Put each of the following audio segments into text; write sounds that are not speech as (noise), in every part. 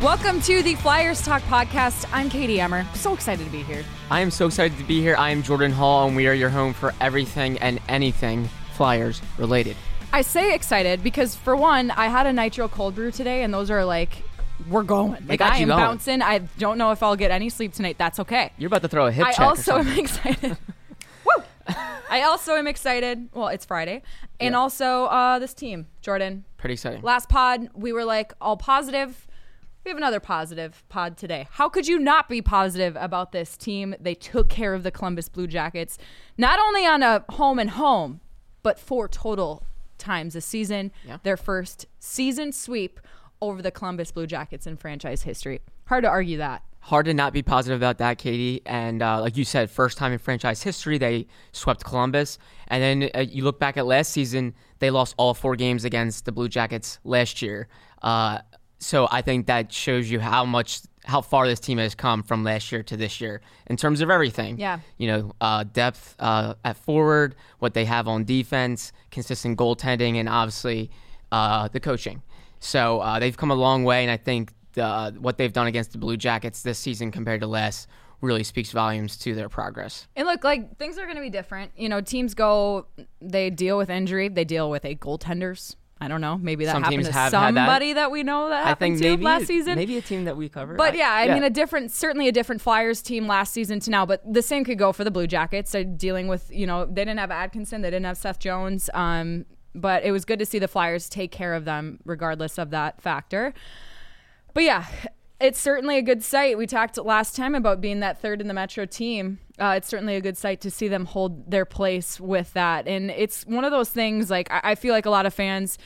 Welcome to the Flyers Talk podcast. I'm Katie Emmer. So excited to be here. I am so excited to be here. I am Jordan Hall, and we are your home for everything and anything Flyers related. I say excited because for one, I had a nitro cold brew today, and those are like, we're going. Like got I you am going. bouncing. I don't know if I'll get any sleep tonight. That's okay. You're about to throw a hip I check. or also am something. excited. (laughs) Woo! I also am excited. Well, it's Friday, and also uh, this team, Jordan. pretty exciting. Last pod, we were like all positive. We have another positive pod today. How could you not be positive about this team? They took care of the Columbus Blue Jackets, not only on a home and home, but four total times this season. Their first season sweep over the Columbus Blue Jackets in franchise history. Hard to argue that. Hard to not be positive about that, Katie. And uh, like you said, first time in franchise history they swept Columbus. And then uh, you look back at last season, they lost all four games against the Blue Jackets last year. Uh, so I think that shows you how much, how far this team has come from last year to this year in terms of everything. Yeah. you know, uh, depth uh, at forward, what they have on defense, consistent goaltending, and obviously uh, the coaching. So uh, they've come a long way, and I think the, what they've done against the Blue Jackets this season compared to last really speaks volumes to their progress. And look, like things are going to be different. You know, teams go, they deal with injury, they deal with a goaltenders. I don't know. Maybe that Some happened teams to have had that. somebody that. we know that I happened think to maybe last season. maybe a team that we covered. But yeah, I mean, a different, certainly a different Flyers team last season to now. But the same could go for the Blue Jackets. They're dealing with, you know, they didn't have Atkinson, they didn't have Seth Jones. Um, but it was good to see the Flyers take care of them, regardless of that factor. But yeah, it's certainly a good sight. We talked last time about being that third in the Metro team. Uh, it's certainly a good sight to see them hold their place with that. And it's one of those things, like, I, I feel like a lot of fans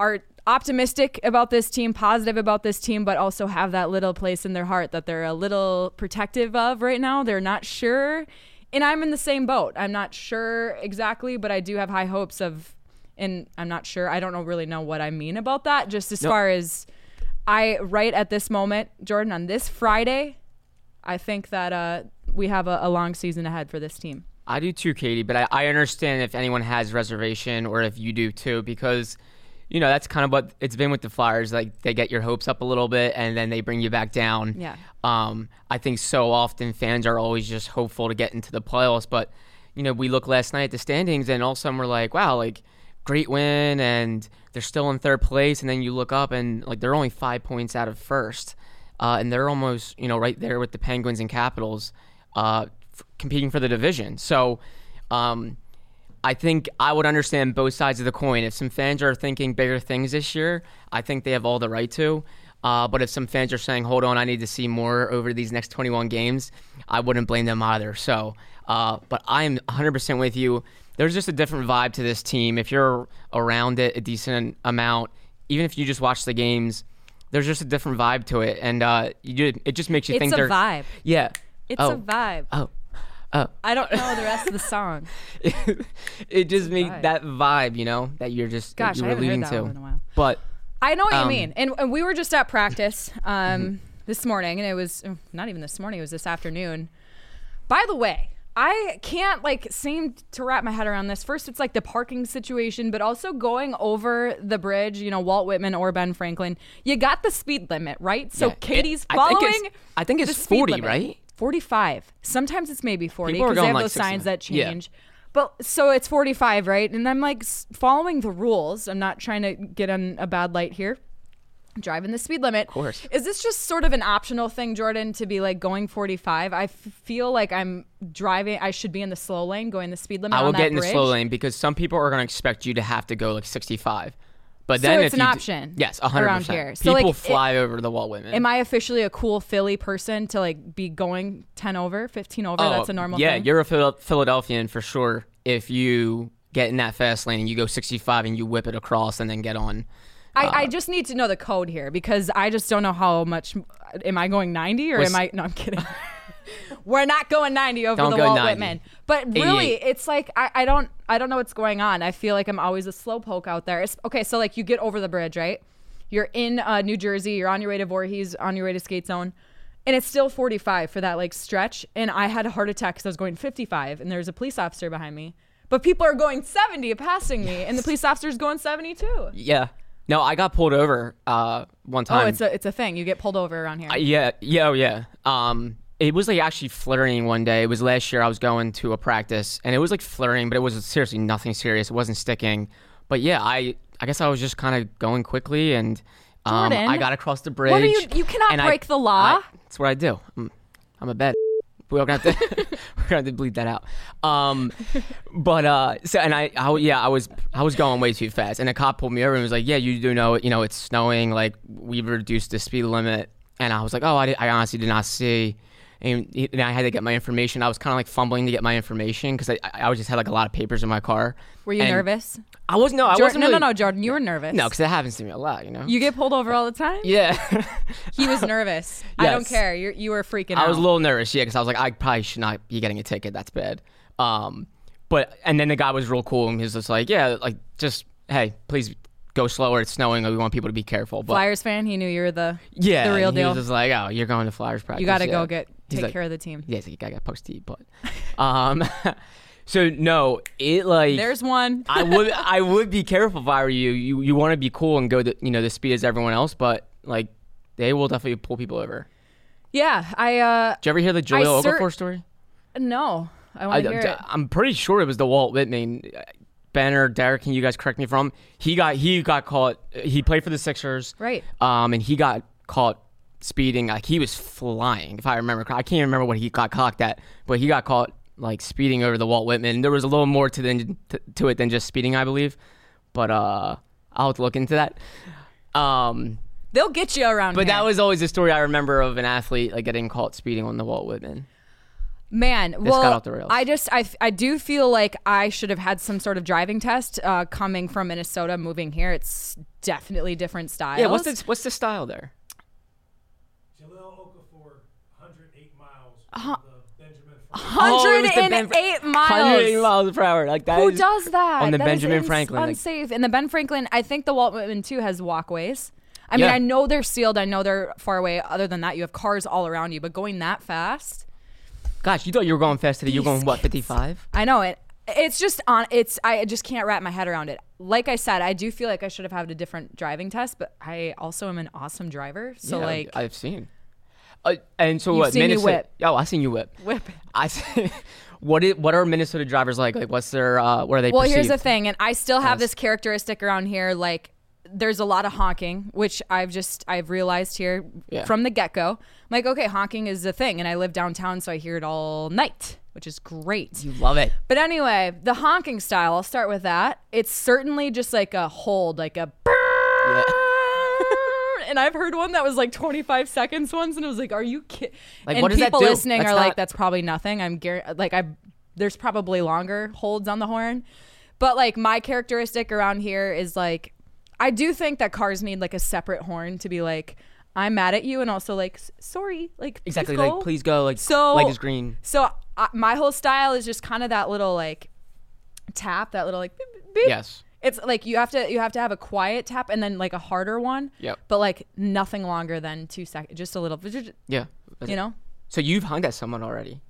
are optimistic about this team, positive about this team, but also have that little place in their heart that they're a little protective of right now. They're not sure. And I'm in the same boat. I'm not sure exactly, but I do have high hopes of, and I'm not sure. I don't know, really know what I mean about that, just as far as. I right at this moment, Jordan, on this Friday, I think that uh, we have a, a long season ahead for this team. I do too, Katie, but I, I understand if anyone has reservation or if you do too, because you know that's kind of what it's been with the Flyers. Like they get your hopes up a little bit and then they bring you back down. Yeah. Um, I think so often fans are always just hopeful to get into the playoffs, but you know we look last night at the standings and all of a sudden we're like, wow, like great win, and they're still in third place, and then you look up and like they're only five points out of first, uh, and they're almost you know right there with the Penguins and Capitals, uh, f- competing for the division. So. Um, I think I would understand both sides of the coin. If some fans are thinking bigger things this year, I think they have all the right to. Uh, but if some fans are saying, "Hold on, I need to see more over these next 21 games," I wouldn't blame them either. So, uh, but I am 100% with you. There's just a different vibe to this team. If you're around it a decent amount, even if you just watch the games, there's just a different vibe to it, and uh, you, it just makes you It's think a they're vibe. Yeah, It's a Oh. vibe. Oh. I don't know the rest of the song. (laughs) it just makes that vibe, you know, that you're just that Gosh, you I were haven't heard that alluding to. one in a while. But I know what Um, you mean. And, and we were just at practice um, this morning, and it was oh, not even this morning, it was this afternoon. By the way, I can't like seem to wrap my head around this. First, it's like the parking situation, but also going over the bridge, you know, Walt Whitman or Ben Franklin. You got the speed limit, right? So Yeah, it- Katie's I following. think it's- I think it's the speed 40, limit. right? 45. Sometimes it's maybe 40 People are because they going have like those 60. signs that Yeah. change. But so it's 45, right? And I'm like s- following the rules. I'm not trying to get on a bad light here. Driving the speed limit. Of course. Is this just sort of an optional thing, Jordan, to be like going 45? I f- feel like I'm driving. I should be in the slow lane, going the speed limit. I will on that get in the slow bridge. lane because some people are going to expect you to have to go like 65. But So then it's an if you d- option yes, hundred around percent. here. So, People like, it- fly over the wall women. Am I officially a cool Philly person to like be going 10 over, 15 over? oh, That's a normal Oh, Yeah, thing. you're a Phil- Philadelphian for sure. If you get in that fast lane and you go 65 and you whip it across and then get on. I, I Uh, just need to know the code here because I just don't know how much. Am I going 90 or Was- am I? No, I'm (laughs) kidding. We're not going 90 over Don't the go wall 90. Whitman. But really, 88. it's like I, I don't I don't know what's going on. I feel like I'm always a slowpoke out there. It's, okay, so like you get over the bridge, right? You're in uh, New Jersey. You're on your way to Voorhees, on your way to Skate Zone, and it's still 45 for that like stretch. And I had a heart attack because I was going 55, and there's a police officer behind me. But people are going 70, passing me, and the police officer's going 72. Yeah. No, I got pulled over uh, Oh, one time. it's a it's a thing. You get pulled over around here. Uh, yeah, yeah, oh, yeah. Um, it was like actually flirting one day. It was last year. I was going to a practice, and it was like flirting, but it was seriously nothing serious. It wasn't sticking. But yeah, I I guess I was just kind of going quickly, and um, Jordan, I got across the bridge. what are you- you cannot and break the law. I- That's what I do. I'm, I'm a bad. We're gonna have to (laughs) we're gonna have to bleed that out. Um, but uh, so and I, I, yeah, I was I was going way too fast, and a cop pulled me over and was like, "Yeah, you do know, you know, it's snowing. Like we reduced the speed limit." And I was like, "Oh, I, did, I honestly did not see." And, he- and I had to get my information. I was kind of like fumbling to get my information because I, I I just had like a lot of papers in my car. Were you And nervous? I was no, I Jordan, wasn't. no, really- no, no, Jordan, you were nervous. no, because that happens to me a lot, you know. you get pulled over all the time. yeah, (laughs) He was nervous. I don't Yes. care. You you were freaking out. I was a little nervous, yeah, because I was like, I probably should not be getting a ticket. That's bad. Um, but and then the guy was real cool, and he was just like, yeah, like just hey, please go slower. It's snowing. We want people to be careful. But Flyers fan. He knew you were the yeah, the real and deal. He was just like, oh, you're going to Flyers practice. you got to yeah. go get He's take like- care of the team. Yeah, he's like, I got pucks to eat, (laughs) but um, (laughs) so no, it like There's one. I would I would be careful if I were you. You you want to be cool and go the you know the speed as everyone else, but like they will definitely pull people over. yeah, I uh Did you ever hear the Joel cer- Okafor story? no. I I, want to hear it. am pretty sure it was the Walt Whitman. Banner, Derek, can you guys correct me from? He got he got caught. He played for the Sixers, Right. Um, and he got caught speeding. Like he was flying, if I remember. correct. I can't remember what he got clocked at, but he got caught like speeding over the Walt Whitman. There was a little more to than to, to it than just speeding, I believe. But uh, I'll have to look into that. Um, They'll get you around. but here. that was always a story I remember of an athlete like getting caught speeding on the Walt Whitman. Man, well, got off the rails. I just I, f- I do feel like I should have had some sort of driving test. Uh, coming from Minnesota, moving here, it's definitely different styles. Yeah, what's the what's the style there? Jalil Okafor, 108 miles from the Benjamin Franklin. Oh, it was the 108 Ben- miles. 108 miles per hour. Like that Who is- does that? On the That is Benjamin ins- Franklin. like- unsafe. And the Ben Franklin, I think the Walt Whitman too has walkways. I mean, Yeah. I know they're sealed. I know they're far away. Other than that, you have cars all around you. But going that fast, gosh, you thought you were going fast today. You're going what, 55? I know it. It's just on. It's I just can't wrap my head around it. Like I said, I do feel like I should have had a different driving test, but I also am an awesome driver. So Yeah, like, I've seen. Uh, and so You've what? seen you Minnesota. whip. Oh, I seen you whip. Whip. I see. (laughs) What is, what are Minnesota drivers like? Like, what's their? Uh, what are they? well, here's the perceived? thing, and I still have this characteristic around here. Like, there's a lot of honking, which I've just I've realized here Yeah. from the get go. Like, okay, honking is a thing, and I live downtown, so I hear it all night, which is great. Love it. But anyway, the honking style. I'll start with that. It's certainly just like a hold, like a. Yeah. (laughs) and I've heard one that was like 25 seconds once, and it was like, "Are you kidding?" Like, and what does that people do? listening That's are like, not- "That's probably nothing." I'm guar- like, I there's probably longer holds on the horn, but like my characteristic around here is like, I do think that cars need like a separate horn to be like, "I'm mad at you," and also like, "S- "Sorry," like please Exactly. go. Like, please go. Like, So light is green. So I my whole style is just kind of that little like tap, that little like beep, beep, beep. Yes. It's like you have to you have to have a quiet tap and then like a harder one. Yep. But like nothing longer than two seconds, just a little. You Yeah. That's it. know. So you've hung at someone already.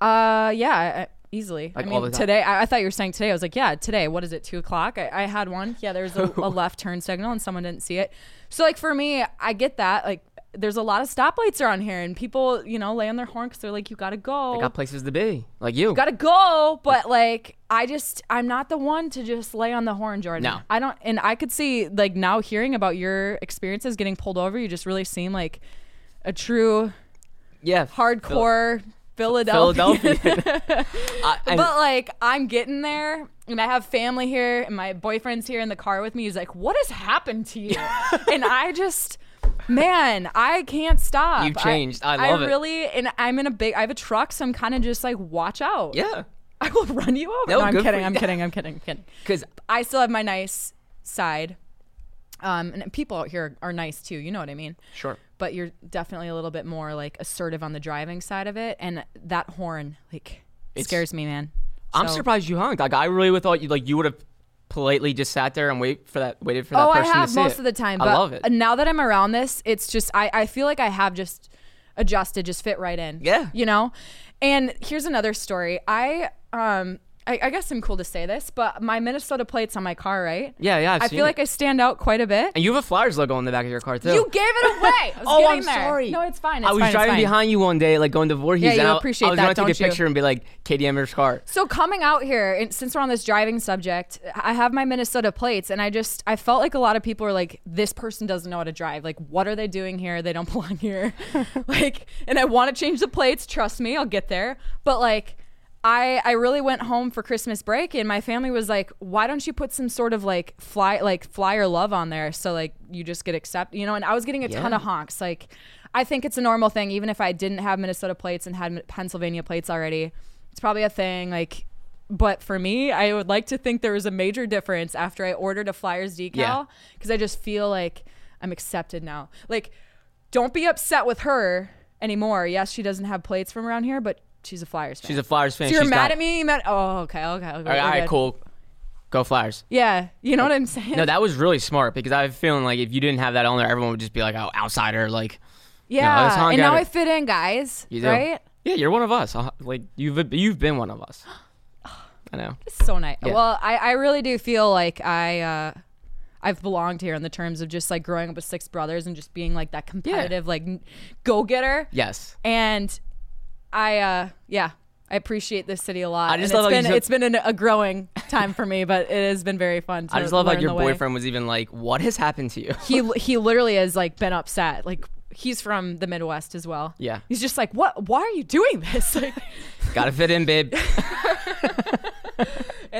Uh yeah, I, I- easily. Like I all the mean time. today I, I thought you were saying today. I was like yeah today. What is it? Two o'clock. I, I had one. Yeah, there was a, (laughs) a left turn signal and someone didn't see it. So like for me, I get that. Like there's a lot of stoplights around here and people you know lay on their horn because they're like you gotta go. I got places to be. Like you. gotta go but like i just i'm not the one to just lay on the horn jordan No. i don't and i could see like now hearing about your experiences getting pulled over you just really seem like a true yeah. Phil- hardcore Philadelphia. Philadelphia. (laughs) I- (laughs) and- but like I'm getting there and I have family here and my boyfriend's here in the car with me. He's like, What has happened to (laughs) you? and I just man, I can't stop. You've changed. I love I it. really and I'm in a big I have a truck, so I'm kinda just like watch out. yeah, (laughs) I will run you over. No, I'm good for kidding, you. I'm kidding, I'm kidding, I'm kidding. because I still have my nice side. Um, and people out here are nice too. You know what I mean? Sure. But you're definitely a little bit more like assertive on the driving side of it, and that horn like scares me, man. I'm So- surprised you hung. Like I really would thought you like you would have politely just sat there and wait for that waited for that Oh, I person to have see most it. of the time. I But love it. Now that I'm around this, it's just I, I feel like I have just adjusted, just fit right in. Yeah. You know? And here's another story. I um I, I guess I'm cool to say this, but my Minnesota plates on my car, right? Yeah, yeah, I've I seen feel like it. I stand out quite a bit. and you have a Flyers logo on the back of your car too. You gave it away. I was (laughs) oh, getting I'm there. sorry. No, it's fine. It's I was fine, it's driving fine. behind you one day, like going to Voorhees. Yeah, and you I, appreciate I was that, gonna take don't a you? picture and be like, "Katie Emmer's car." So coming out here, and since we're on this driving subject, I have my Minnesota plates, and I just I felt like a lot of people were like, "This person doesn't know how to drive. Like, what are they doing here? They don't (laughs) belong here." like, and I want to change the plates. Trust me, I'll get there. But like, I I really went home for Christmas break, and my family was like, "Why don't you put some sort of like fly like flyer love on there so like you just get accepted?" You know. And I was getting a ton of honks. Like, I think it's a normal thing, even if I didn't have Minnesota plates and had Pennsylvania plates already it's probably a thing like but for me i would like to think there was a major difference after i ordered a flyers Yeah. decal because i just feel like i'm accepted now like don't be upset with her anymore yes she doesn't have plates from around here but she's a flyers fan She's a Flyers fan. so you're She's mad not- at me you mad oh okay okay, okay All right, we're all right, good. cool. Go Flyers. yeah you know what i'm saying No, that was really smart because I have a feeling like if you didn't have that on there, everyone would just be like, "Oh, outsider." Like, yeah that's how I and got now it. i fit in guys you know, right Yeah, you're one of us. Uh, Like you've you've been one of (gasps) us. I know. so nice. Yeah. Well, I, I really do feel like I uh, I've belonged here in the terms of just like growing up with six brothers and just being like that competitive like go getter. Yes. And I uh, yeah. I appreciate this city a lot. I just and love it's how you been said- it's been an, a growing time for me, but it has been very fun. To I just love like learn your the way. boyfriend was even like, "What has happened to you?" (laughs) He he literally has like been upset. Like he's from the Midwest as well. Yeah. he's just like, what? Why are you doing this? (laughs) Like, Gotta fit in, babe. it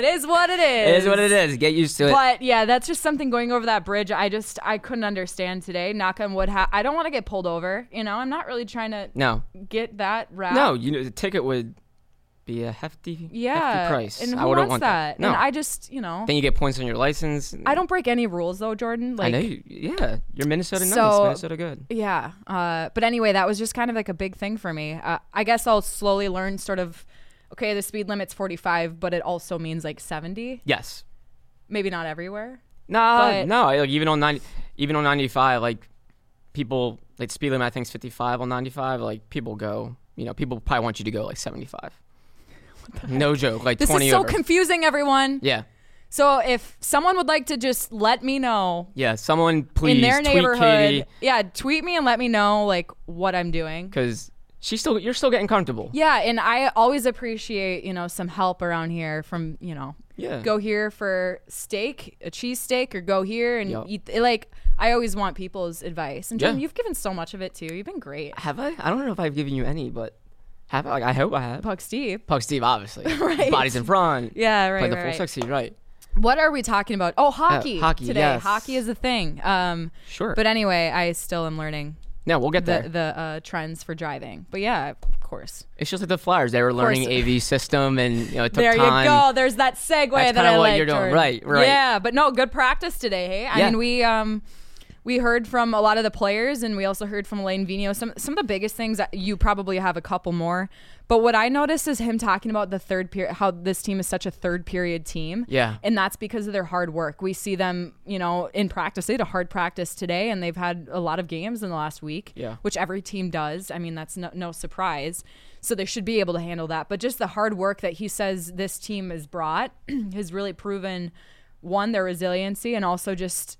is what it is. It is what it is. Get used to it. But yeah, that's just something going over that bridge. I just I couldn't understand today. Knock on wood. Ha- I don't want to get pulled over. You know, I'm not really trying to no, get that route. no. You know, the ticket would be a hefty, yeah, hefty price. And who I wouldn't wants want that? that. No. And I just you know then you get points on your license. I don't break any rules though, Jordan. Like I know. You, yeah, you're Minnesota nice. So- Minnesota good. yeah. Uh, but anyway, that was just kind of like a big thing for me. Uh, I guess I'll slowly learn sort of. Okay, the speed limit's 45, but it also means like 70. Yes. Maybe not everywhere. No, But- no. I- Like even on ninety, even on ninety five, like people like speed limit. I think is fifty five on ninety five. Like people go. You know, people probably want you to go like (laughs) seventy five. No joke. Like This twenty is so over. confusing, everyone. yeah, So if someone would like to just let me know yeah. Someone please in their tweet neighborhood. Yeah, tweet me and let me know like what I'm doing. because she's still. You're still getting comfortable. Yeah, and I always appreciate, you know, some help around here from, you know, Yeah. go here for steak, a cheesesteak, or go here and Yup. eat like I always want people's advice. And Jordan, Yeah. you've given so much of it too. You've been great. Have I? I don't know if I've given you any, but have I? Like I hope I have. Puck Steve. Puck Steve, obviously. (laughs) Right. Bodies in front. Yeah, Play right, the right, full right. sexy, right? What are we talking about? Oh, hockey. Uh, hockey, today. yes. Hockey is a thing. Um Sure. but anyway, I still am learning No, we'll get there. the, the uh, trends for driving. But yeah, of course. it's just like the Flyers. They were learning AV system, and you know, it took There time. you go. There's that segue That's that kinda I what like. you're doing. Jordan. Right, right. Yeah, but no, good practice today. Hey, I Yeah. mean, we um, we heard from a lot of the players, and we also heard from Lane Vino. Some some of the biggest things that you probably have a couple more, but what I noticed is him talking about the third period, how this team is such a third period team. Yeah. and that's because of their hard work. We see them, you know, in practice. They had a hard practice today, and they've had a lot of games in the last week. Yeah. which every team does. I mean, that's no, no surprise. So they should be able to handle that. But just the hard work that he says this team has brought (clears throat) has really proven one, their resiliency, and also just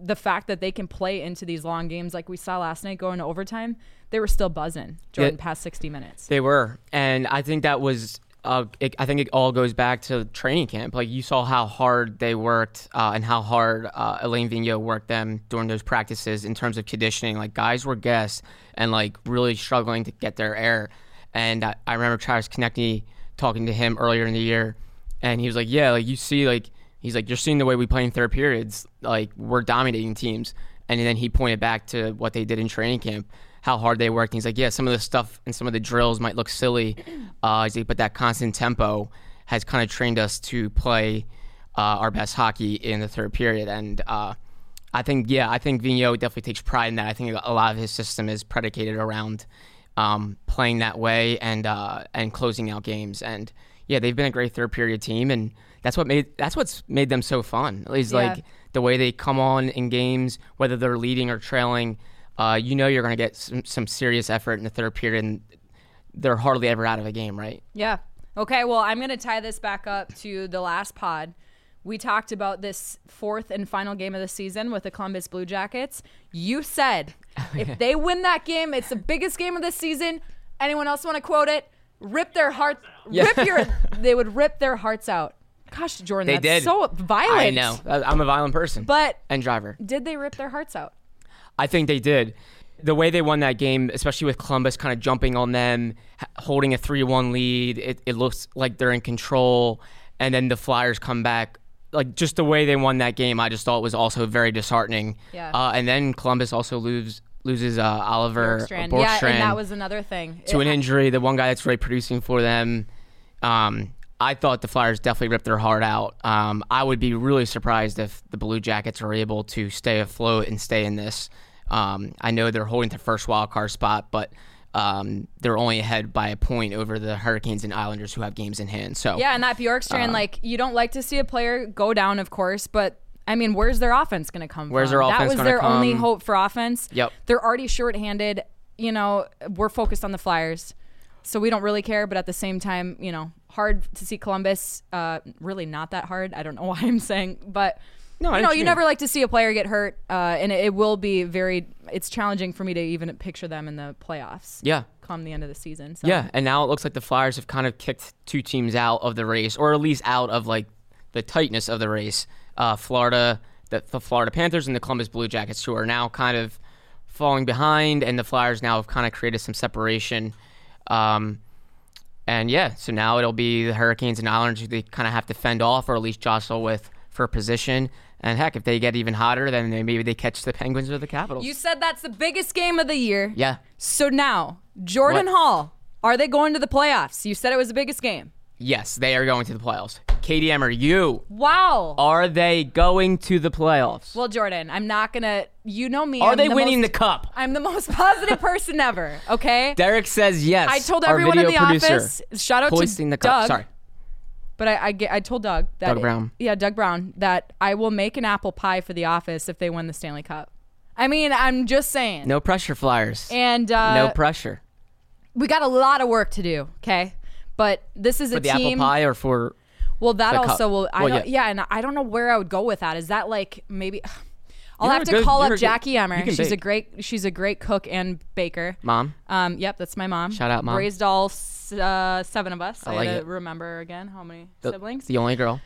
the fact that they can play into these long games. Like we saw last night going to overtime, they were still buzzing, Jordan, Yeah. past 60 minutes. They were, and I think that was. Uh, it, I think it all goes back to training camp. Like you saw how hard they worked uh, and how hard uh, Elaine Vigneault worked them during those practices in terms of conditioning. Like guys were guests and like really struggling to get their air, And I, I remember Travis Konechny talking to him earlier in the year, and he was like, "Yeah, like you see, like he's like you're seeing the way we play in third periods, like we're dominating teams." And then he pointed back to what they did in training camp, how hard they worked. And he's like, "Yeah, some of the stuff and some of the drills might look silly, uh, he's like, but that constant tempo has kind of trained us to play uh, our best hockey in the third period." And uh, I think yeah, I think Vigneault definitely takes pride in that. I think a lot of his system is predicated around um, playing that way and uh, and closing out games. And yeah, they've been a great third period team, and that's what made that's what's made them so fun. Is Yeah. like the way they come on in games, whether they're leading or trailing. Uh, you know you're going to get some, some serious effort in the third period, and they're hardly ever out of a game, right? Yeah. Okay. Well, I'm going to tie this back up to the last pod. We talked about this fourth and final game of the season with the Columbus Blue Jackets. You (laughs) said Oh, if they win that game, it's the biggest game of the season. Anyone else want to quote it? Rip their (laughs) hearts. Rip your. They would rip their hearts out. Gosh, Jordan, They that's did. so violent. I know. I- I'm a violent person, But and driver. did they rip their hearts out? I think they did. The way they won that game, especially with Columbus kind of jumping on them, h- holding a 3 1 lead, it, it looks like they're in control. And then the Flyers come back. Like, just the way they won that game, I just thought was also very disheartening. Yeah. Uh, and then Columbus also lose, loses uh, Oliver Strand. Borkstrand, Yeah, and that was another thing. to It- an injury, the one guy that's really producing for them. Um, I thought the Flyers definitely ripped their heart out. Um, I would be really surprised if the Blue Jackets are able to stay afloat and stay in this. Um, I know they're holding the first wild card spot, but um, they're only ahead by a point over the Hurricanes and Islanders who have games in hand. So Yeah, and that Uh. Bjorkstrand, like you don't like to see a player go down, of course, but I mean, where's their offense going to come Where's from? their that offense was gonna their only come? hope for offense. Yep. They're already shorthanded. You know, we're focused on the Flyers, so we don't really care. But at the same time, you know, hard to see Columbus. Uh, really not that hard. I don't know (laughs) why I'm saying, but. No, I you know, you understand. never like to see a player get hurt, uh, and it, it will be very. It's challenging for me to even picture them in the playoffs. Yeah. come the end of the season. So. Yeah, and now it looks like the Flyers have kind of kicked two teams out of the race, or at least out of like the tightness of the race. Uh, Florida, the, the Florida Panthers, and the Columbus Blue Jackets, who are now kind of falling behind, and the Flyers now have kind of created some separation. Um, and yeah, so now it'll be the Hurricanes and Islanders who they kind of have to fend off, or at least jostle with for position. And heck, if they get even hotter, then they, maybe they catch the Penguins or the Capitals. You said that's the biggest game of the year. yeah. So now, Jordan What? Hall, are they going to the playoffs? You said it was the biggest game. Yes, they are going to the playoffs. Katie Emmer, you Wow. Are they going to the playoffs? well, Jordan, I'm not going to. You know me. Are I'm they winning most- the cup? (laughs) I'm the most positive person ever, okay? Derek says (laughs) yes. I told Our everyone in video the producer. office- shout out to hoisting the Doug. cup. Sorry, But I, I, ge- I told Doug that. Doug Brown. yeah, Doug Brown, that I will make an apple pie for the office if they win the Stanley Cup. I mean, I'm just saying. no pressure, Flyers. And uh, no pressure we got a lot of work to do, okay? But this is for a the team. apple pie or for Well, that The cup. also will. I Well, don't, yeah. yeah. and I don't know where I would go with that. Is that like maybe? (sighs) I'll You're have a to good- call you're up a good- Jackie Emmer. you can She's a bake. great. She's a great cook and baker. mom. Um. Yep. That's my mom. Shout out, Mom. Raised all s- uh, seven of us. I, like had to it. remember again how many The, siblings. the only girl.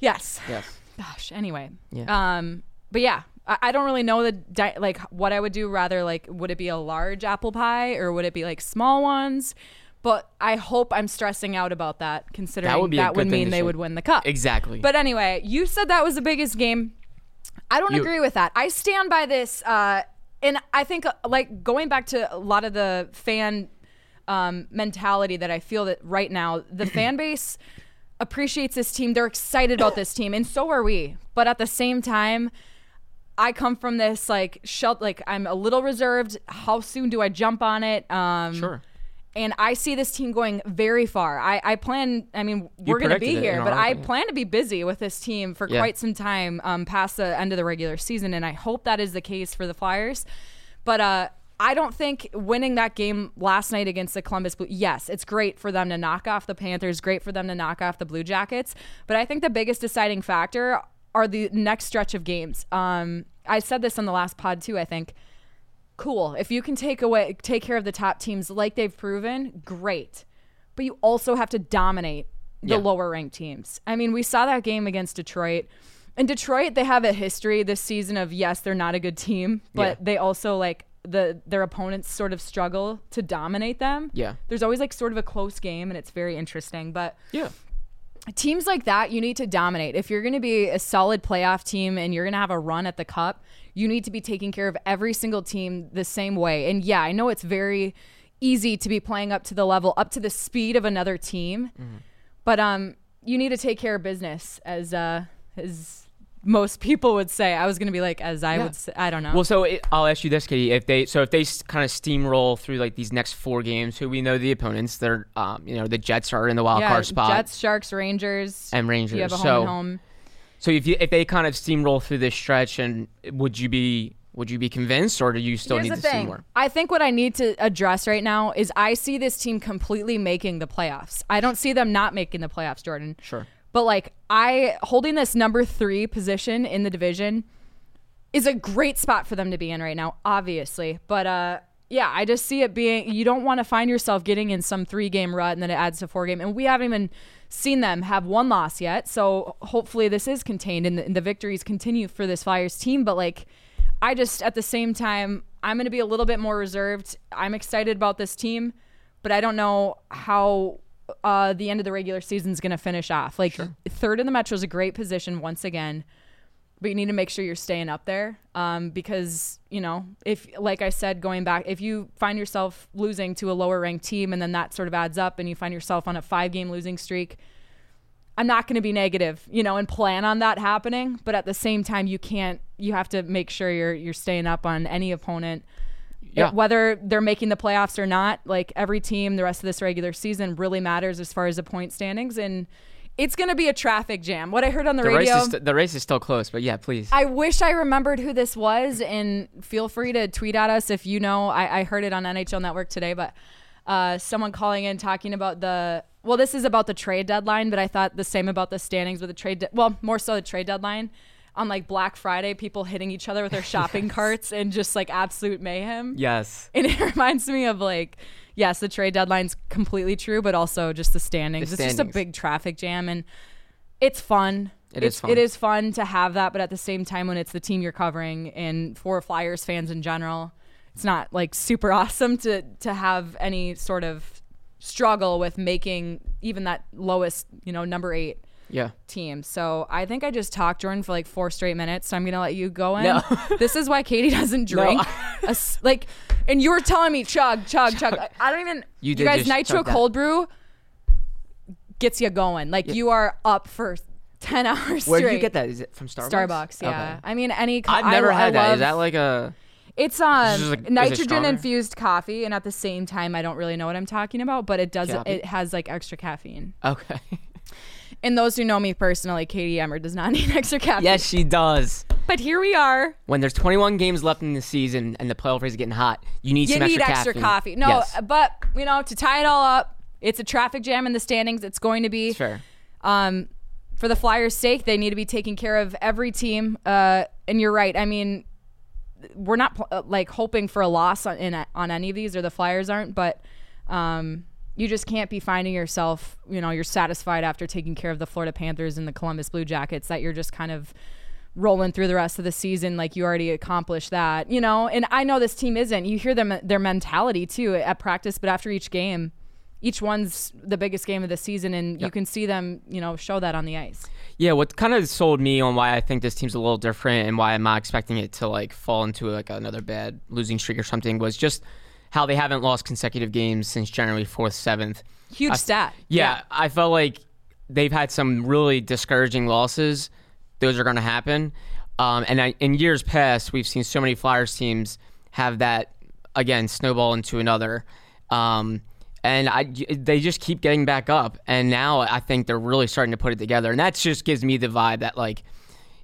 yes. Yes. Gosh. Anyway. Yeah. Um. But yeah. I I don't really know the di- like what I would do. Rather, like, would it be a large apple pie or would it be like small ones? But I hope I'm stressing out about that, considering that would would, be a good thing mean to they say. would win the cup. Exactly. But anyway, you said that was the biggest game. I don't You- agree with that. I stand by this. Uh, and I think, uh, like, going back to a lot of the fan um, mentality that I feel that right now, (clears throat) the fan base appreciates this team. They're excited about this team. And so are we. But at the same time, I come from this, like, shelt, like, I'm a little reserved. How soon do I jump on it? Um, Sure. and I see this team going very far. I, I plan. I mean, we're going to predicted be it in here, our but I article, yeah. plan to be busy with this team for Yeah. quite some time um, past the end of the regular season, and I hope that is the case for the Flyers. But uh, I don't think winning that game last night against the Columbus Blue. Yes, it's great for them to knock off the Panthers. Great for them to knock off the Blue Jackets. But I think the biggest deciding factor are the next stretch of games. Um, I said this on the last pod too. I think cool. If you can take away take care of the top teams like they've proven, great. But you also have to dominate the Yeah. lower ranked teams. I mean, we saw that game against Detroit. In Detroit, they have a history this season of yes, they're not a good team, but Yeah. they also like the their opponents sort of struggle to dominate them. Yeah. There's always like sort of a close game and it's very interesting, but Yeah. teams like that you need to dominate if you're going to be a solid playoff team and you're going to have a run at the cup you need to be taking care of every single team the same way and yeah i know it's very easy to be playing up to the level up to the speed of another team Mm-hmm. but um you need to take care of business as uh as most people would say i was going to be like as i would say i don't know Well, so it, I'll ask you this, Katie. If they so if they kind of steamroll through like these next four games, who we know the opponents, they're um, you know the Jets are in the wild yeah, card spot. Jets, Sharks, Rangers, And You have Rangers. a home So- and home. So if you if they kind of steamroll through this stretch, and would you be would you be convinced, or do you still need Here's to the see thing. more? I think what I need to address right now is I see this team completely making the playoffs. I don't see them not making the playoffs, Jordan. Sure. But like I holding this number 3 position in the division is a great spot for them to be in right now, obviously. But uh yeah, I just see it being you don't want to find yourself getting in some 3 game rut and then it adds to 4 game and we haven't even seen them have one loss yet. So hopefully this is contained and the, and the victories continue for this Flyers team, but like I just at the same time I'm going to be a little bit more reserved. I'm excited about this team, but I don't know how uh, the end of the regular season is going to finish off. Like third in the Metro is a great position once again, but you need to make sure you're staying up there um, because you know if like I said going back, if you find yourself losing to a lower ranked team and then that sort of adds up and you find yourself on a five game losing streak, I'm not going to be negative, you know, and plan on that happening. But at the same time, you can't. You have to make sure you're you're staying up on any opponent, eh, Yeah. whether they're making the playoffs or not. Like every team, the rest of this regular season really matters as far as the point standings, and it's going to be a traffic jam. What I heard on the, The race radio. is st- the race is still close, but yeah, please. I wish I remembered who this was, and feel free to tweet at us if you know. I, I heard it on NHL Network today, but uh, someone calling in talking about the well, this is about the trade deadline, but I thought the same about the standings with the trade. De- well, more so the trade deadline on like Black Friday, people hitting each other with their shopping carts and just like absolute mayhem. yes. (laughs) And it reminds me of like, yes, the trade deadline's completely true, but also just the standings. The it's just a standings. big traffic jam, and it's fun. It it's, is fun. It is fun to have that, but at the same time, when it's the team you're covering and for Flyers fans in general, it's not like super (laughs) awesome to to have any sort of struggle with making even that lowest, you know, number eight Yeah. team. So I think I just talked Jordan for like four straight minutes. So I'm gonna let you go in. No. (laughs) this is why Katie doesn't drink. A s like, and you were telling me chug, chug, chug. I- I don't even. You You, did guys, just nitro chug that. cold brew gets you going. Like you are up for ten (laughs) hours Where straight. do you get that? Is it from Starbucks? Starbucks, yeah. Okay. I mean, any. Co- I've never I, had I that. Is love- that like a? It's This um is like- is it nitrogen stronger? infused coffee, and at the same time, I don't really know what I'm talking about, but it does. Copy. It has like extra caffeine. (laughs) Okay. And those who know me personally, Katie Emmer does not (laughs) need extra caffeine. yes, she does. But here we are. When there's 21 games left in the season and the playoff race is getting hot, you need You some need extra, extra caffeine. coffee. No, uh, Yes. but you know, to tie it all up, it's a traffic jam in the standings. It's going to be Fair. Um, for the Flyers' sake, they need to be taking care of every team. Uh, and you're right. I mean, we're not pl- uh, like hoping for a loss on in a, on any of these, or the Flyers aren't. But um, you just can't be finding yourself. You know, you're satisfied after taking care of the Florida Panthers and the Columbus Blue Jackets that you're just kind of rolling through the rest of the season like you already accomplished that. You know, and I know this team isn't. You hear them their mentality too at practice, but after each game. Each one's the biggest game of the season, and you can see them, you know, show that on the ice. Yeah, what kind of sold me on why I think this team's a little different and why I'm not expecting it to like fall into like another bad losing streak or something was just how they haven't lost consecutive games since January 4th, 7th. Huge stat. Yeah, I felt like they've had some really discouraging losses. Those are going to happen. Um, and I, in years past, we've seen so many Flyers teams have that again snowball into another. Um, and I, they just keep getting back up. And now I think they're really starting to put it together. And that just gives me the vibe that like,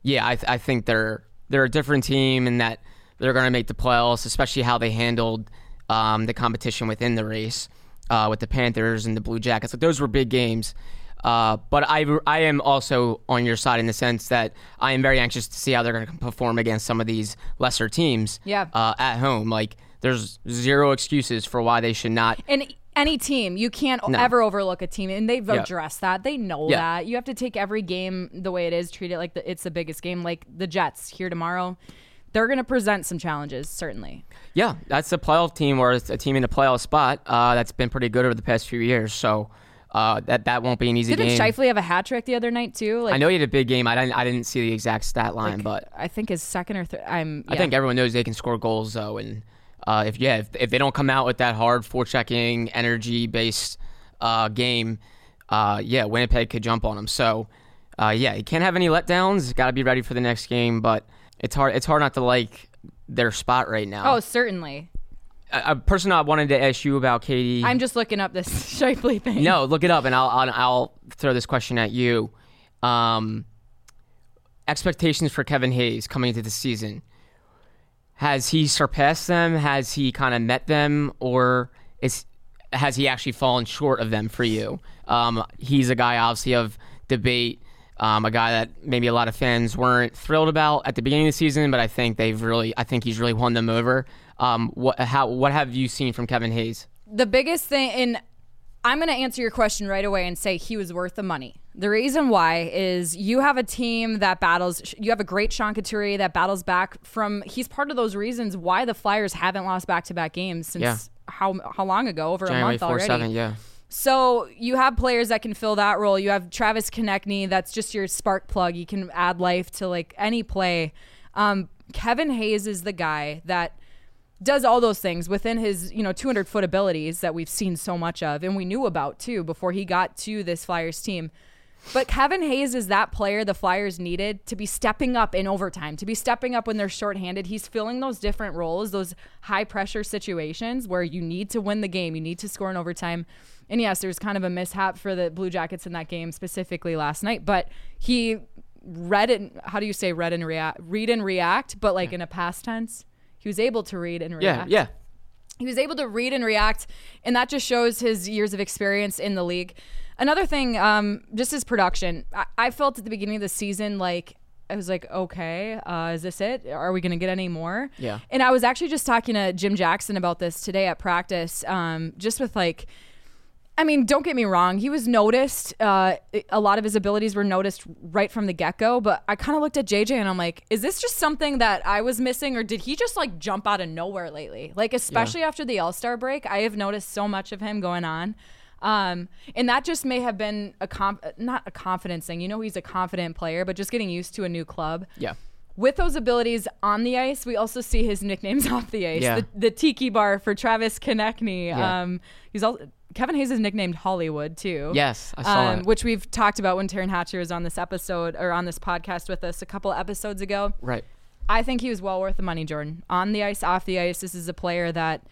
yeah, I, th- I think they're they're a different team and that they're going to make the playoffs, especially how they handled um, the competition within the race uh, with the Panthers and the Blue Jackets. Like those were big games. Uh, but I, I am also on your side in the sense that I am very anxious to see how they're going to perform against some of these lesser teams Yeah. uh, at home. Like, there's zero excuses for why they (laughs) should not And any team, you can't ever overlook a team, and they've Yeah. addressed that. They know Yeah. that. You have to take every game the way it is, treat it like the, it's the biggest game. Like the Jets here tomorrow, they're going to present some challenges, certainly. Yeah, that's a playoff team or it's a team in a playoff spot uh, that's been pretty good over the past few years. So uh, that that won't be an easy Didn't game. Shifley have a hat trick the other night too? Like, I know he had a big game. I didn't. I didn't see the exact stat line, but I think his second or third. I'm. I yeah. think everyone knows they can score goals though. And uh, if yeah, if, if they don't come out with that hard forechecking, energy based uh, game, uh, yeah, Winnipeg could jump on them. So uh, yeah, you can't have any letdowns. Got to be ready for the next game, but it's hard. It's hard not to like their spot right now. Oh, certainly. a, a person I wanted to ask you about, Katie. I'm just looking up this (laughs) Shifley thing. No, look it up, and I'll I'll, I'll throw this question at you. Um, expectations for Kevin Hayes coming into the season. Has he surpassed them? Has he kind of met them, or is has he actually fallen short of them for you? Um, he's a guy obviously of debate, um, a guy that maybe a lot of fans weren't thrilled about at the beginning of the season, but I think they've really, I think he's really won them over. Um, what how what have you seen from Kevin Hayes? the biggest thing and i'm going to answer your question right away and say he was worth the money the reason why is you have a team that battles you have a great sean couturier that battles back from he's part of those reasons why the flyers haven't lost back-to-back games since Yeah. how how long ago over a January month four already seven, yeah. so you have players that can fill that role. You have Travis Konechny, that's just your spark plug. You can add life to like any play. Um, Kevin Hayes is the guy that does all those things within his you know 200 foot abilities that we've seen so much of and we knew about too before he got to this Flyers team. But Kevin Hayes is that player the Flyers needed to be stepping up in overtime, to be stepping up when they're shorthanded. He's filling those different roles, those high pressure situations where you need to win the game, you need to score in overtime. And yes, there was kind of a mishap for the Blue Jackets in that game specifically last night, but he read and how do you say read and react? Read and react, but like in a past tense. He was able to read and Yeah, react yeah. he was able to read and react, and that just shows his years of experience in the league. Another thing, um, just his production. I, I felt at the beginning of the season like I was like, okay, uh, is this it? Are we going to get any more? Yeah. And I was actually just talking to Jim Jackson about this today at practice, um, just with like. I mean, don't get me wrong. He was noticed. Uh, a lot of his abilities were noticed right from the get go. But I kind of looked at JJ and I'm like, is this just something that I was missing, or did he just like jump out of nowhere lately? Like, especially after the All Star break, I have noticed so much of him going on. Um, and that just may have been a comp, not a confidence thing. You know, he's a confident player, but just getting used to a new club. Yeah. With those abilities on the ice, we also see his nicknames (laughs) off the ice. Yeah. The, the tiki bar for Travis Konechny. Yeah. Um, he's all Kevin Hayes is nicknamed Hollywood too. Um, Yes, I saw that. Which we've talked about when Taryn Hatcher was on this episode or on this podcast with us a couple episodes ago. Right. I think he was well worth the money, Jordan. On the ice, off the ice, this is a player that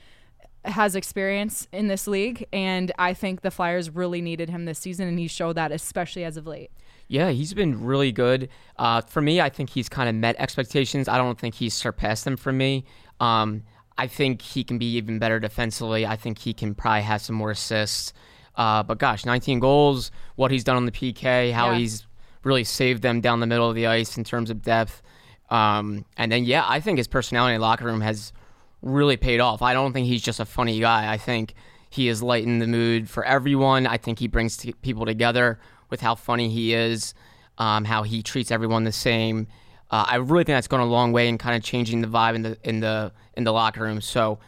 has experience in this league, and I think the Flyers really needed him this season, and he showed that especially as of late. Yeah, he's been really good. Uh, for me, I think he's kind of met expectations. I don't think he's surpassed them for me. Um, I think he can be even better defensively. I think he can probably have some more assists. Uh, but gosh, 19 goals, what he's done on the PK, how Yeah. he's really saved them down the middle of the ice in terms of depth. Um, and then, yeah, I think his personality in the locker room has really paid off. I don't think he's just a funny guy. I think he has lightened the mood for everyone. I think he brings t- people together with how funny he is, um, how he treats everyone the same. Uh, I really think that's gone a long way in kind of changing the vibe in the in the in the locker room. So,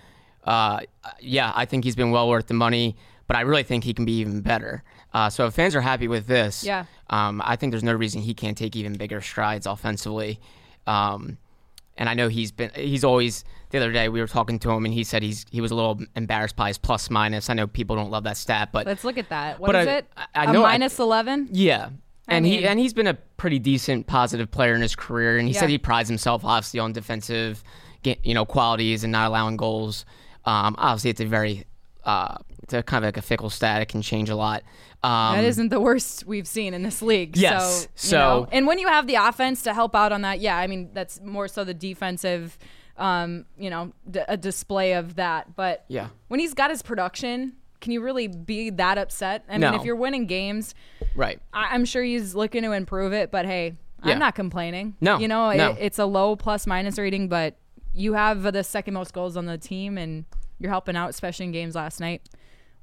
uh, yeah, I think he's been well worth the money. But I really think he can be even better. Uh, so if fans are happy with this, Yeah. um, I think there's no reason he can't take even bigger strides offensively. Um, and I know he's been he's always the other day we were talking to him and he said he's he was a little embarrassed by his plus minus. I know people don't love that stat, but Let's look at that. What But is I- it? I- A I know I- minus 11? yeah. And he mean- and he's been a pretty decent positive player in his career and he said Yeah. he prides himself obviously on defensive ga- you know qualities and not allowing goals. Um, obviously it's a very uh, it's a kind of like a fickle stat. It can change a lot. Um, That isn't the worst we've seen in this league. Yes. So, So- you know, and when you have the offense to help out on that, yeah, I mean that's more so the defensive, um, you know, d- a display of that. But Yeah. when he's got his production, can you really be that upset? I No. mean, if you're winning games, right. I- I'm sure he's looking to improve it. But hey, Yeah. I'm not complaining. No, you know, no. It, it's a low plus minus rating, but you have the second most goals on the team, and you're helping out, especially in games last night.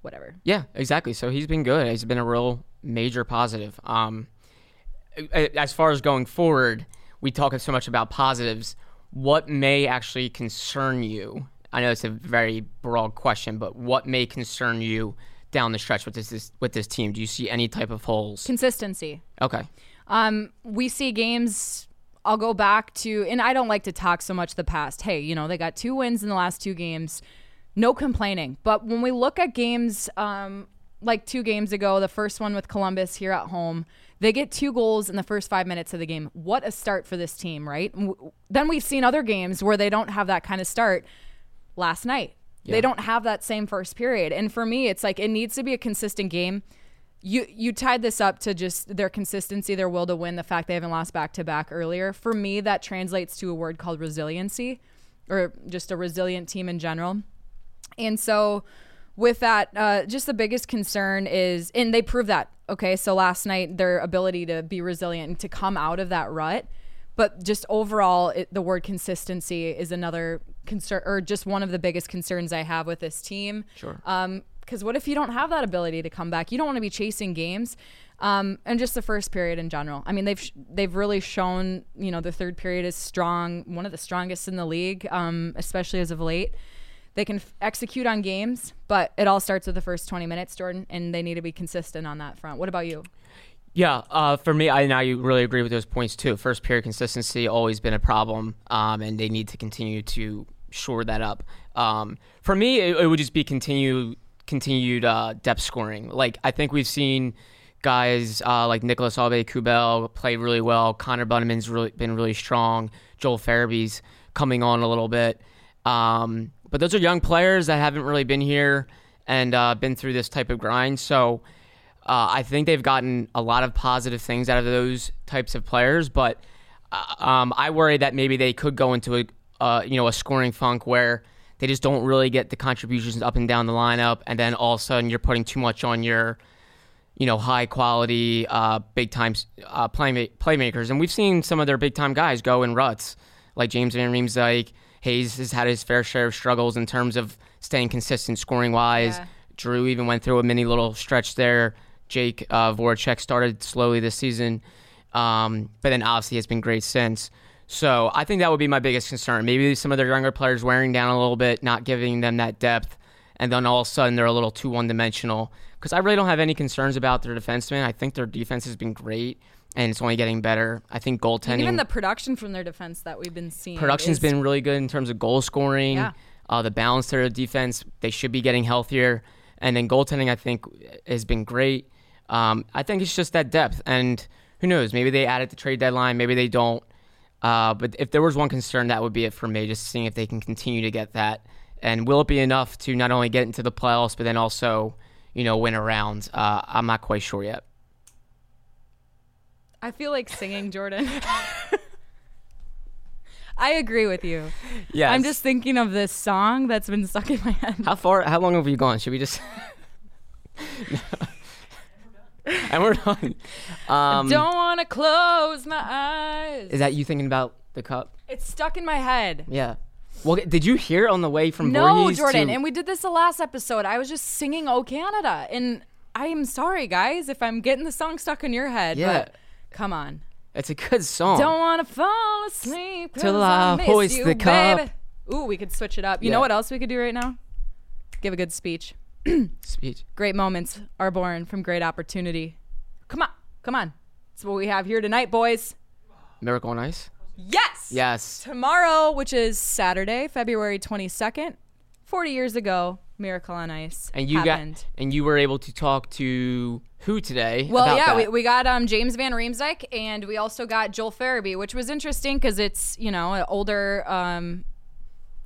Whatever. Yeah, exactly. So he's been good. He's been a real major positive. Um, a- a- as far as going forward, we talk so much about positives. what may actually concern you? I know it's a very broad question, but what may concern you down the stretch with this, this with this team? Do you see any type of holes? Consistency. okay. Um, we see games. I'll go back to, and I don't like to talk so much the past. Hey, you know, they got two wins in the last two games. No complaining. But when we look at games um, like two games ago, the first one with Columbus here at home, they get two goals in the first five minutes of the game. What a start for this team, right? W- Then we've seen other games where they don't have that kind of start last night. They don't have that same first period. And for me, it's like it needs to be a consistent game. You you tied this up to just their consistency, their will to win, the fact they haven't lost back to back earlier. For me, that translates to a word called resiliency or just a resilient team in general. And so with that, uh, just the biggest concern is, and they prove that. Okay, so last night their ability to be resilient and to come out of that rut, but just overall, it, the word consistency is another concern, or just one of the biggest concerns I have with this team. Sure. Because what if you don't have that ability to come back? You don't want to be chasing games, um, and just the first period in general. I mean, they've sh- they've really shown you know the third period is strong, one of the strongest in the league, um, especially as of late they can f- execute on games, but it all starts with the first 20 minutes, Jordan, and they need to be consistent on that front. What about you? Yeah, uh, for me, I now you really agree with those points too. First period consistency always been a problem, um, and they need to continue to shore that up. Um, for me, it, it would just be continue continued uh, depth scoring. Like I think we've seen guys uh, like Nicholas Albe Kubel play really well. Connor Bunneman's really been really strong. Joel Farabee's coming on a little bit, um, but those are young players that haven't really been here and uh, been through this type of grind. So. Uh, I think they've gotten a lot of positive things out of those types of players, but uh, um, I worry that maybe they could go into a uh, you know a scoring funk where they just don't really get the contributions up and down the lineup, and then all of a sudden you're putting too much on your you know high quality uh, big time uh, playma- playmakers, and we've seen some of their big time guys go in ruts, like James Van Riemsdyk. Hayes has had his fair share of struggles in terms of staying consistent scoring wise. Yeah. Drew even went through a mini little stretch there. Jake uh, Voracek started slowly this season, um, but then obviously has been great since. So I think that would be my biggest concern. Maybe some of their younger players wearing down a little bit, not giving them that depth, and then all of a sudden they're a little too one dimensional. Because I really don't have any concerns about their defensemen. I think their defense has been great, and it's only getting better. I think goaltending Even the production from their defense that we've been seeing. production's is- been really good in terms of goal scoring. Yeah. Uh, the balance there of defense, they should be getting healthier. And then goaltending, I think, has been great. Um, I think it's just that depth. And who knows? Maybe they add at the trade deadline. Maybe they don't. Uh, but if there was one concern, that would be it for me, just seeing if they can continue to get that. And will it be enough to not only get into the playoffs, but then also, you know, win a round? Uh, I'm not quite sure yet. I feel like singing, (laughs) Jordan. I agree with you. Yeah. I'm just thinking of this song that's been stuck in my head. How far? How long have we gone? Should we just? (laughs) and we're done. Um, Don't want to close my eyes. Is that you thinking about the cup? It's stuck in my head. Yeah. Well, did you hear on the way from No, Voorhees Jordan, to- and we did this the last episode. I was just singing "O Canada," and I am sorry, guys, if I'm getting the song stuck in your head. Yeah. but come on, it's a good song. don't want to fall asleep 'cause Till I, I miss hoist you, the cup. baby. Ooh, we could switch it up. You Yeah. know what else we could do right now? Give a good speech. Speech. Great moments are born from great opportunity. Come on, come on. That's what we have here tonight, boys. Miracle on Ice. Yes. Yes. Tomorrow, which is Saturday, February 22nd, 40 years ago, Miracle on Ice And you happened. got and you were able to talk to who today? Well, about yeah, that? we, we got um, James Van Riemsdyk and we also got Joel Farabee, which was interesting because it's, you know, an older um,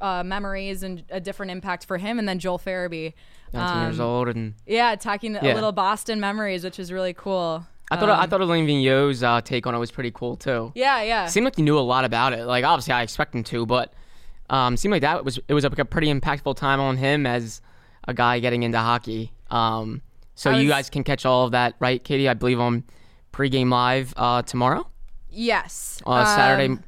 uh, memories and a different impact for him. And then Joel Farabee. 19 years um, old and Yeah, talking a Yeah. little Boston memories, which is really cool. I thought um, I thought Elaine Vigneault's uh, take on it was pretty cool too. Yeah, yeah. seemed like you knew a lot about it. Like obviously, I expect him to, but um, seemed like that was it was a, like, a pretty impactful time on him as a guy getting into hockey. Um, so I you was- guys can catch all of that, right, Katie? I believe on pregame live uh, tomorrow, yes. uh, Saturday,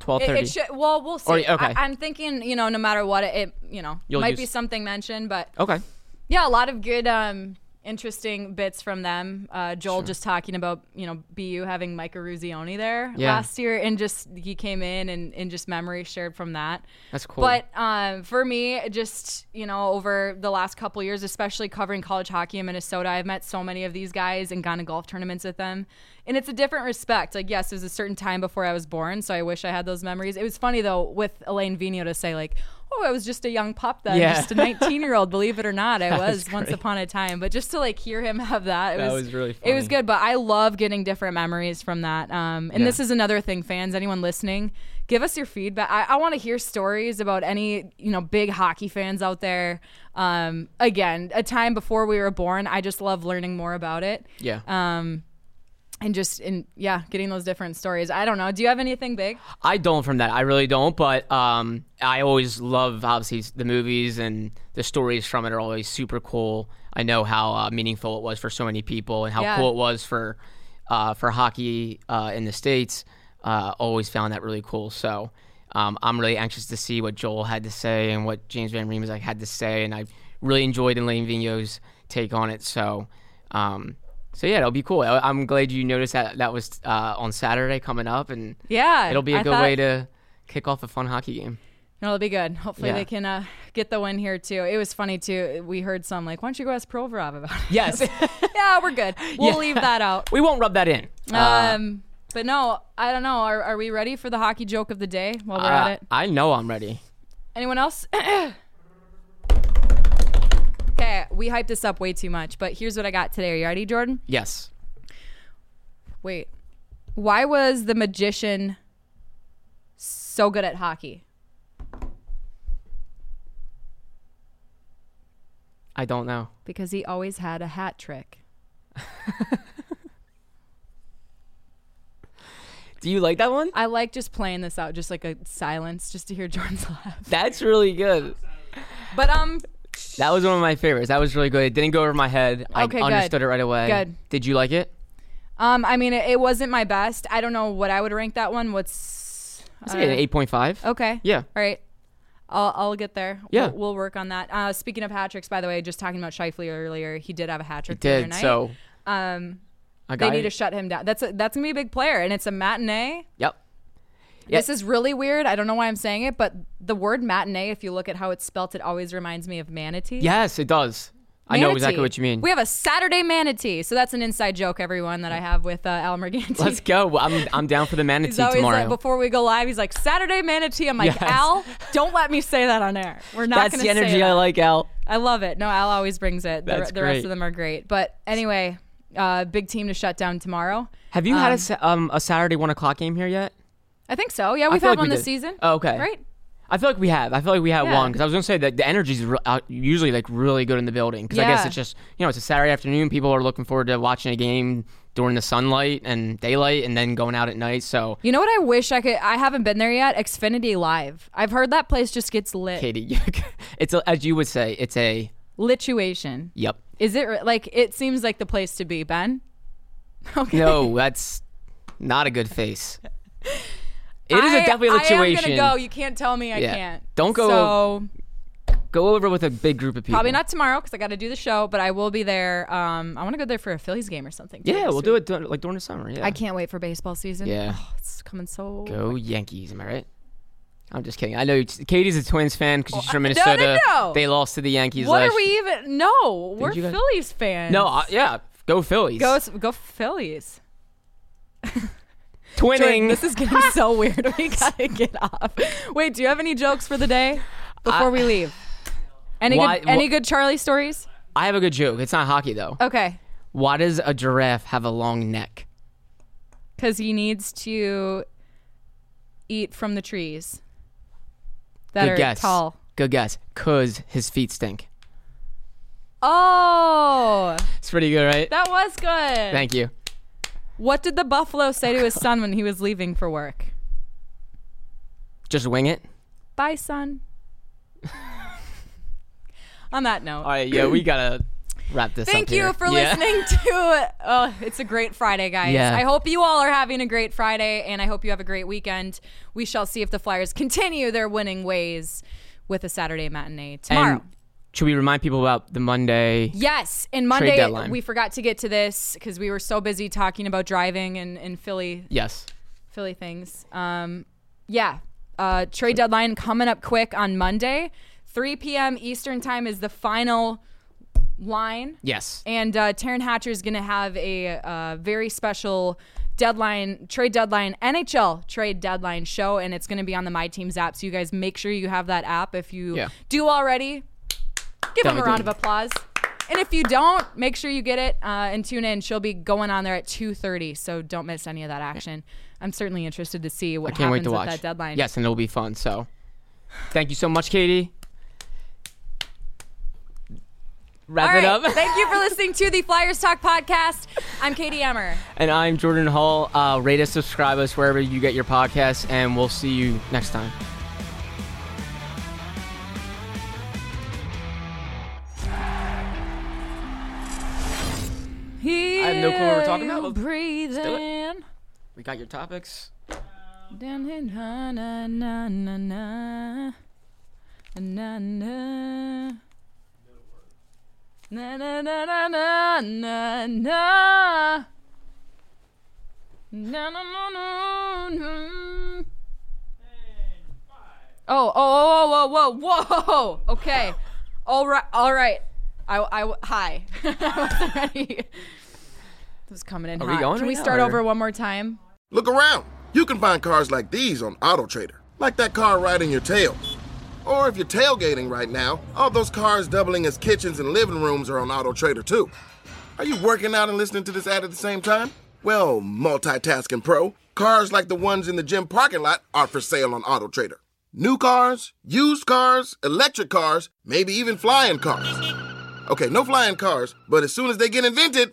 twelve Um, It, thirty. it should. Well, we'll see. Or- okay. I, am thinking, you know, no matter what, it, it you know You'll might use- be something mentioned, but okay, yeah, a lot of good um, interesting bits from them. Uh, Joel just talking about you know BU having Mike Ruzioni there Yeah. last year, and just he came in and, and just memories shared from that. That's cool. But um, for me, just you know, over the last couple years, especially covering college hockey in Minnesota, I've met so many of these guys and gone to golf tournaments with them, and it's a different respect. Like, yes, it was a certain time before I was born, so I wish I had those memories. It was funny though with Elaine Vino to say like. Oh, I was just a young pup then, Yeah. just a 19 year old, believe it or not. (laughs) I was once upon a time. But just to like hear him have that, it That was, was really It was funny. good, but I love getting different memories from that. Um, and Yeah. this is another thing, fans, anyone listening, give us your feedback. I, I want to hear stories about any you know big hockey fans out there. Um, again, a time before we were born. I just love learning more about it. Yeah. Um, and just in yeah, getting those different stories. I don't know. Do you have anything big? I don't from that. I really don't. But um, I always love obviously the movies and the stories from it are always super cool. I know how uh, meaningful it was for so many people and how Yeah. cool it was for uh, for hockey uh, in the states. Uh, always found that really cool. So um, I'm really anxious to see what Joel had to say and what James Van Riemsdyk had to say, and I really enjoyed Elaine Vigneault's take on it. So. Um, so yeah, it'll be cool. I- I'm glad you noticed that that was uh, on Saturday coming up, and Yeah, it'll be a I good thought- way to kick off a fun hockey game. No, it'll be good. Hopefully Yeah. they can uh, get the win here too. It was funny too. We heard some like, "Why don't you go ask Provorov about it?" (laughs) Yes, yeah, we're good. We'll Yeah. leave that out. (laughs) we won't rub that in. Uh, Um, but no, I don't know. Are, are we ready for the hockey joke of the day while we're uh, at it? I know I'm ready. Anyone else? (coughs) okay, we hyped this up way too much, but here's what I got today. Are you ready, Jordan? Yes. Wait. Why was the magician so good at hockey? I don't know. Because he always had a hat trick. Do you like that one? I like just playing this out, just like a silence, just to hear (laughs) Jordan's laugh. That's really good. But um, That was one of my favorites. That was really good. It didn't go over my head. I Okay, good. understood it right away. Good. Did you like it? um, I mean, it, it wasn't my best. I don't know what I would rank that one. What's It's like an 8.5. Okay. Yeah. All right. I'll, I'll get there. Yeah. We'll, we'll work on that. Uh, speaking of hat tricks, by the way, just talking about Shifley earlier, he did have a hat trick the other Did night. so. um, I got they need it. to shut him down. That's a, that's gonna be a big player, and it's a matinee. yep. This is really weird. I don't know why I'm saying it, but the word matinee, if you look at how it's spelt, it always reminds me of manatee. Yes, it does. I know exactly Manatee. what you mean. We have a Saturday manatee, so that's an inside joke, everyone, that I have with uh, Al Merganti. Let's go. I'm I'm down for the (laughs) manatee He's always tomorrow. like, before we go live, he's like, Saturday manatee. I'm like, Yes. Al, don't let me say that on air. We're not That's gonna the say energy that." I like, Al. I love it. No, Al always brings it. The, That's the rest great. of them are great. But anyway, uh, big team to shut down tomorrow. Have you had a, sa- um, a Saturday one o'clock game here yet? I think so. Yeah, we've feel had like one we this did. season. Oh, okay. Right? I feel like we have. I feel like we have Yeah. one because I was gonna say that the energy's re- uh, usually like really good in the building because I guess Yeah. it's just you know it's a Saturday afternoon. People are looking forward to watching a game during the sunlight and daylight, and then going out at night. So You know what I wish I could? I haven't been there yet. Xfinity Live. I've heard that place just gets lit. Katie, (laughs) it's a, as you would say, it's a Lituation. yep. Is it re- like, it seems like the place to be, Ben? (laughs) Okay. (laughs) No, that's not a good face. It is a I- definitely a I am going situation. to go. You can't tell me I Yeah. can't. Don't go- (laughs) So, Go over with a big group of people. probably not tomorrow because I got to do the show, but I will be there. Um, I want to go there for a Phillies game or something. too Yeah, this we'll do week. it dur- like during the summer. Yeah. I can't wait for baseball season. Yeah. Oh, it's coming so. Go Yankees, am I right? I'm just kidding. I know you- Katie's a Twins fan because she's from Oh, no, no, Minnesota. no. They lost to the Yankees What last are we even? No, we're you guys- Phillies fans. No, uh, yeah, go Phillies. go s- go Phillies. Twinning. Jordan, this is getting so (laughs) weird. We gotta get off. Wait, do you have any jokes for the day before we leave? Any Why- good any wh- good Charlie stories? I have a good joke. It's not hockey though. Okay, Why does a giraffe have a long neck? because he needs to eat from the trees that good are guess. tall. Good guess. Cause his feet stink. Oh, It's pretty good, right? that was good. Thank you. What did the buffalo say to his son when he was leaving for work? Just wing it. Bye, (laughs) son. On that note, All right. Yeah, we gotta wrap this up. thank you here. for Yeah. listening (laughs) to. Oh, it's a great Friday, guys. Yeah. I hope you all are having a great Friday, and I hope you have a great weekend. We shall see if the Flyers continue their winning ways with a Saturday matinee tomorrow. And Should we remind people about the Monday? Yes, and Monday deadline. we forgot to get to this because we were so busy talking about driving and, and Philly Yes. Philly things. Um, yeah, uh, trade deadline coming up quick on Monday, 3 p.m. Eastern time is the final line. Yes. And uh, Taryn Hatcher is going to have a uh, very special deadline, trade deadline, NHL trade deadline show, and it's going to be on the My Teams app. So you guys make sure you have that app. If you Yeah. do already, give them a Definitely round of do. applause. And if you don't, make sure you get it uh, and tune in. She'll be going on there at 2:30, so don't miss any of that action. I'm certainly interested to see what I can't happens wait to with watch that deadline. Yes, and it'll be fun. So, thank you so much, Katie. Wrap All it right. up. (laughs) Thank you for listening to the Flyers Talk podcast. I'm Katie Emmer. and I'm Jordan Hall. Uh, rate us, subscribe us wherever you get your podcasts, and we'll see you next time. I have no clue what we're talking about, but Breathing. do We got your topics. Down in na na na na na na na na na na na na na na Na, na, na, na, na. Oh, oh, oh, whoa, whoa, whoa, whoa. Okay. All right, all right. I, I, hi. (laughs) I wasn't ready. It was coming in Are we hot. going Can right we now, start or- over one more time? Look around. You can find cars like these on AutoTrader, like that car riding your tail. Or if you're tailgating right now, all those cars doubling as kitchens and living rooms are on AutoTrader too. Are you working out and listening to this ad at the same time? Well, multitasking pro, cars like the ones in the gym parking lot are for sale on AutoTrader. New cars, used cars, electric cars, maybe even flying cars. Okay, no flying cars, but as soon as they get invented,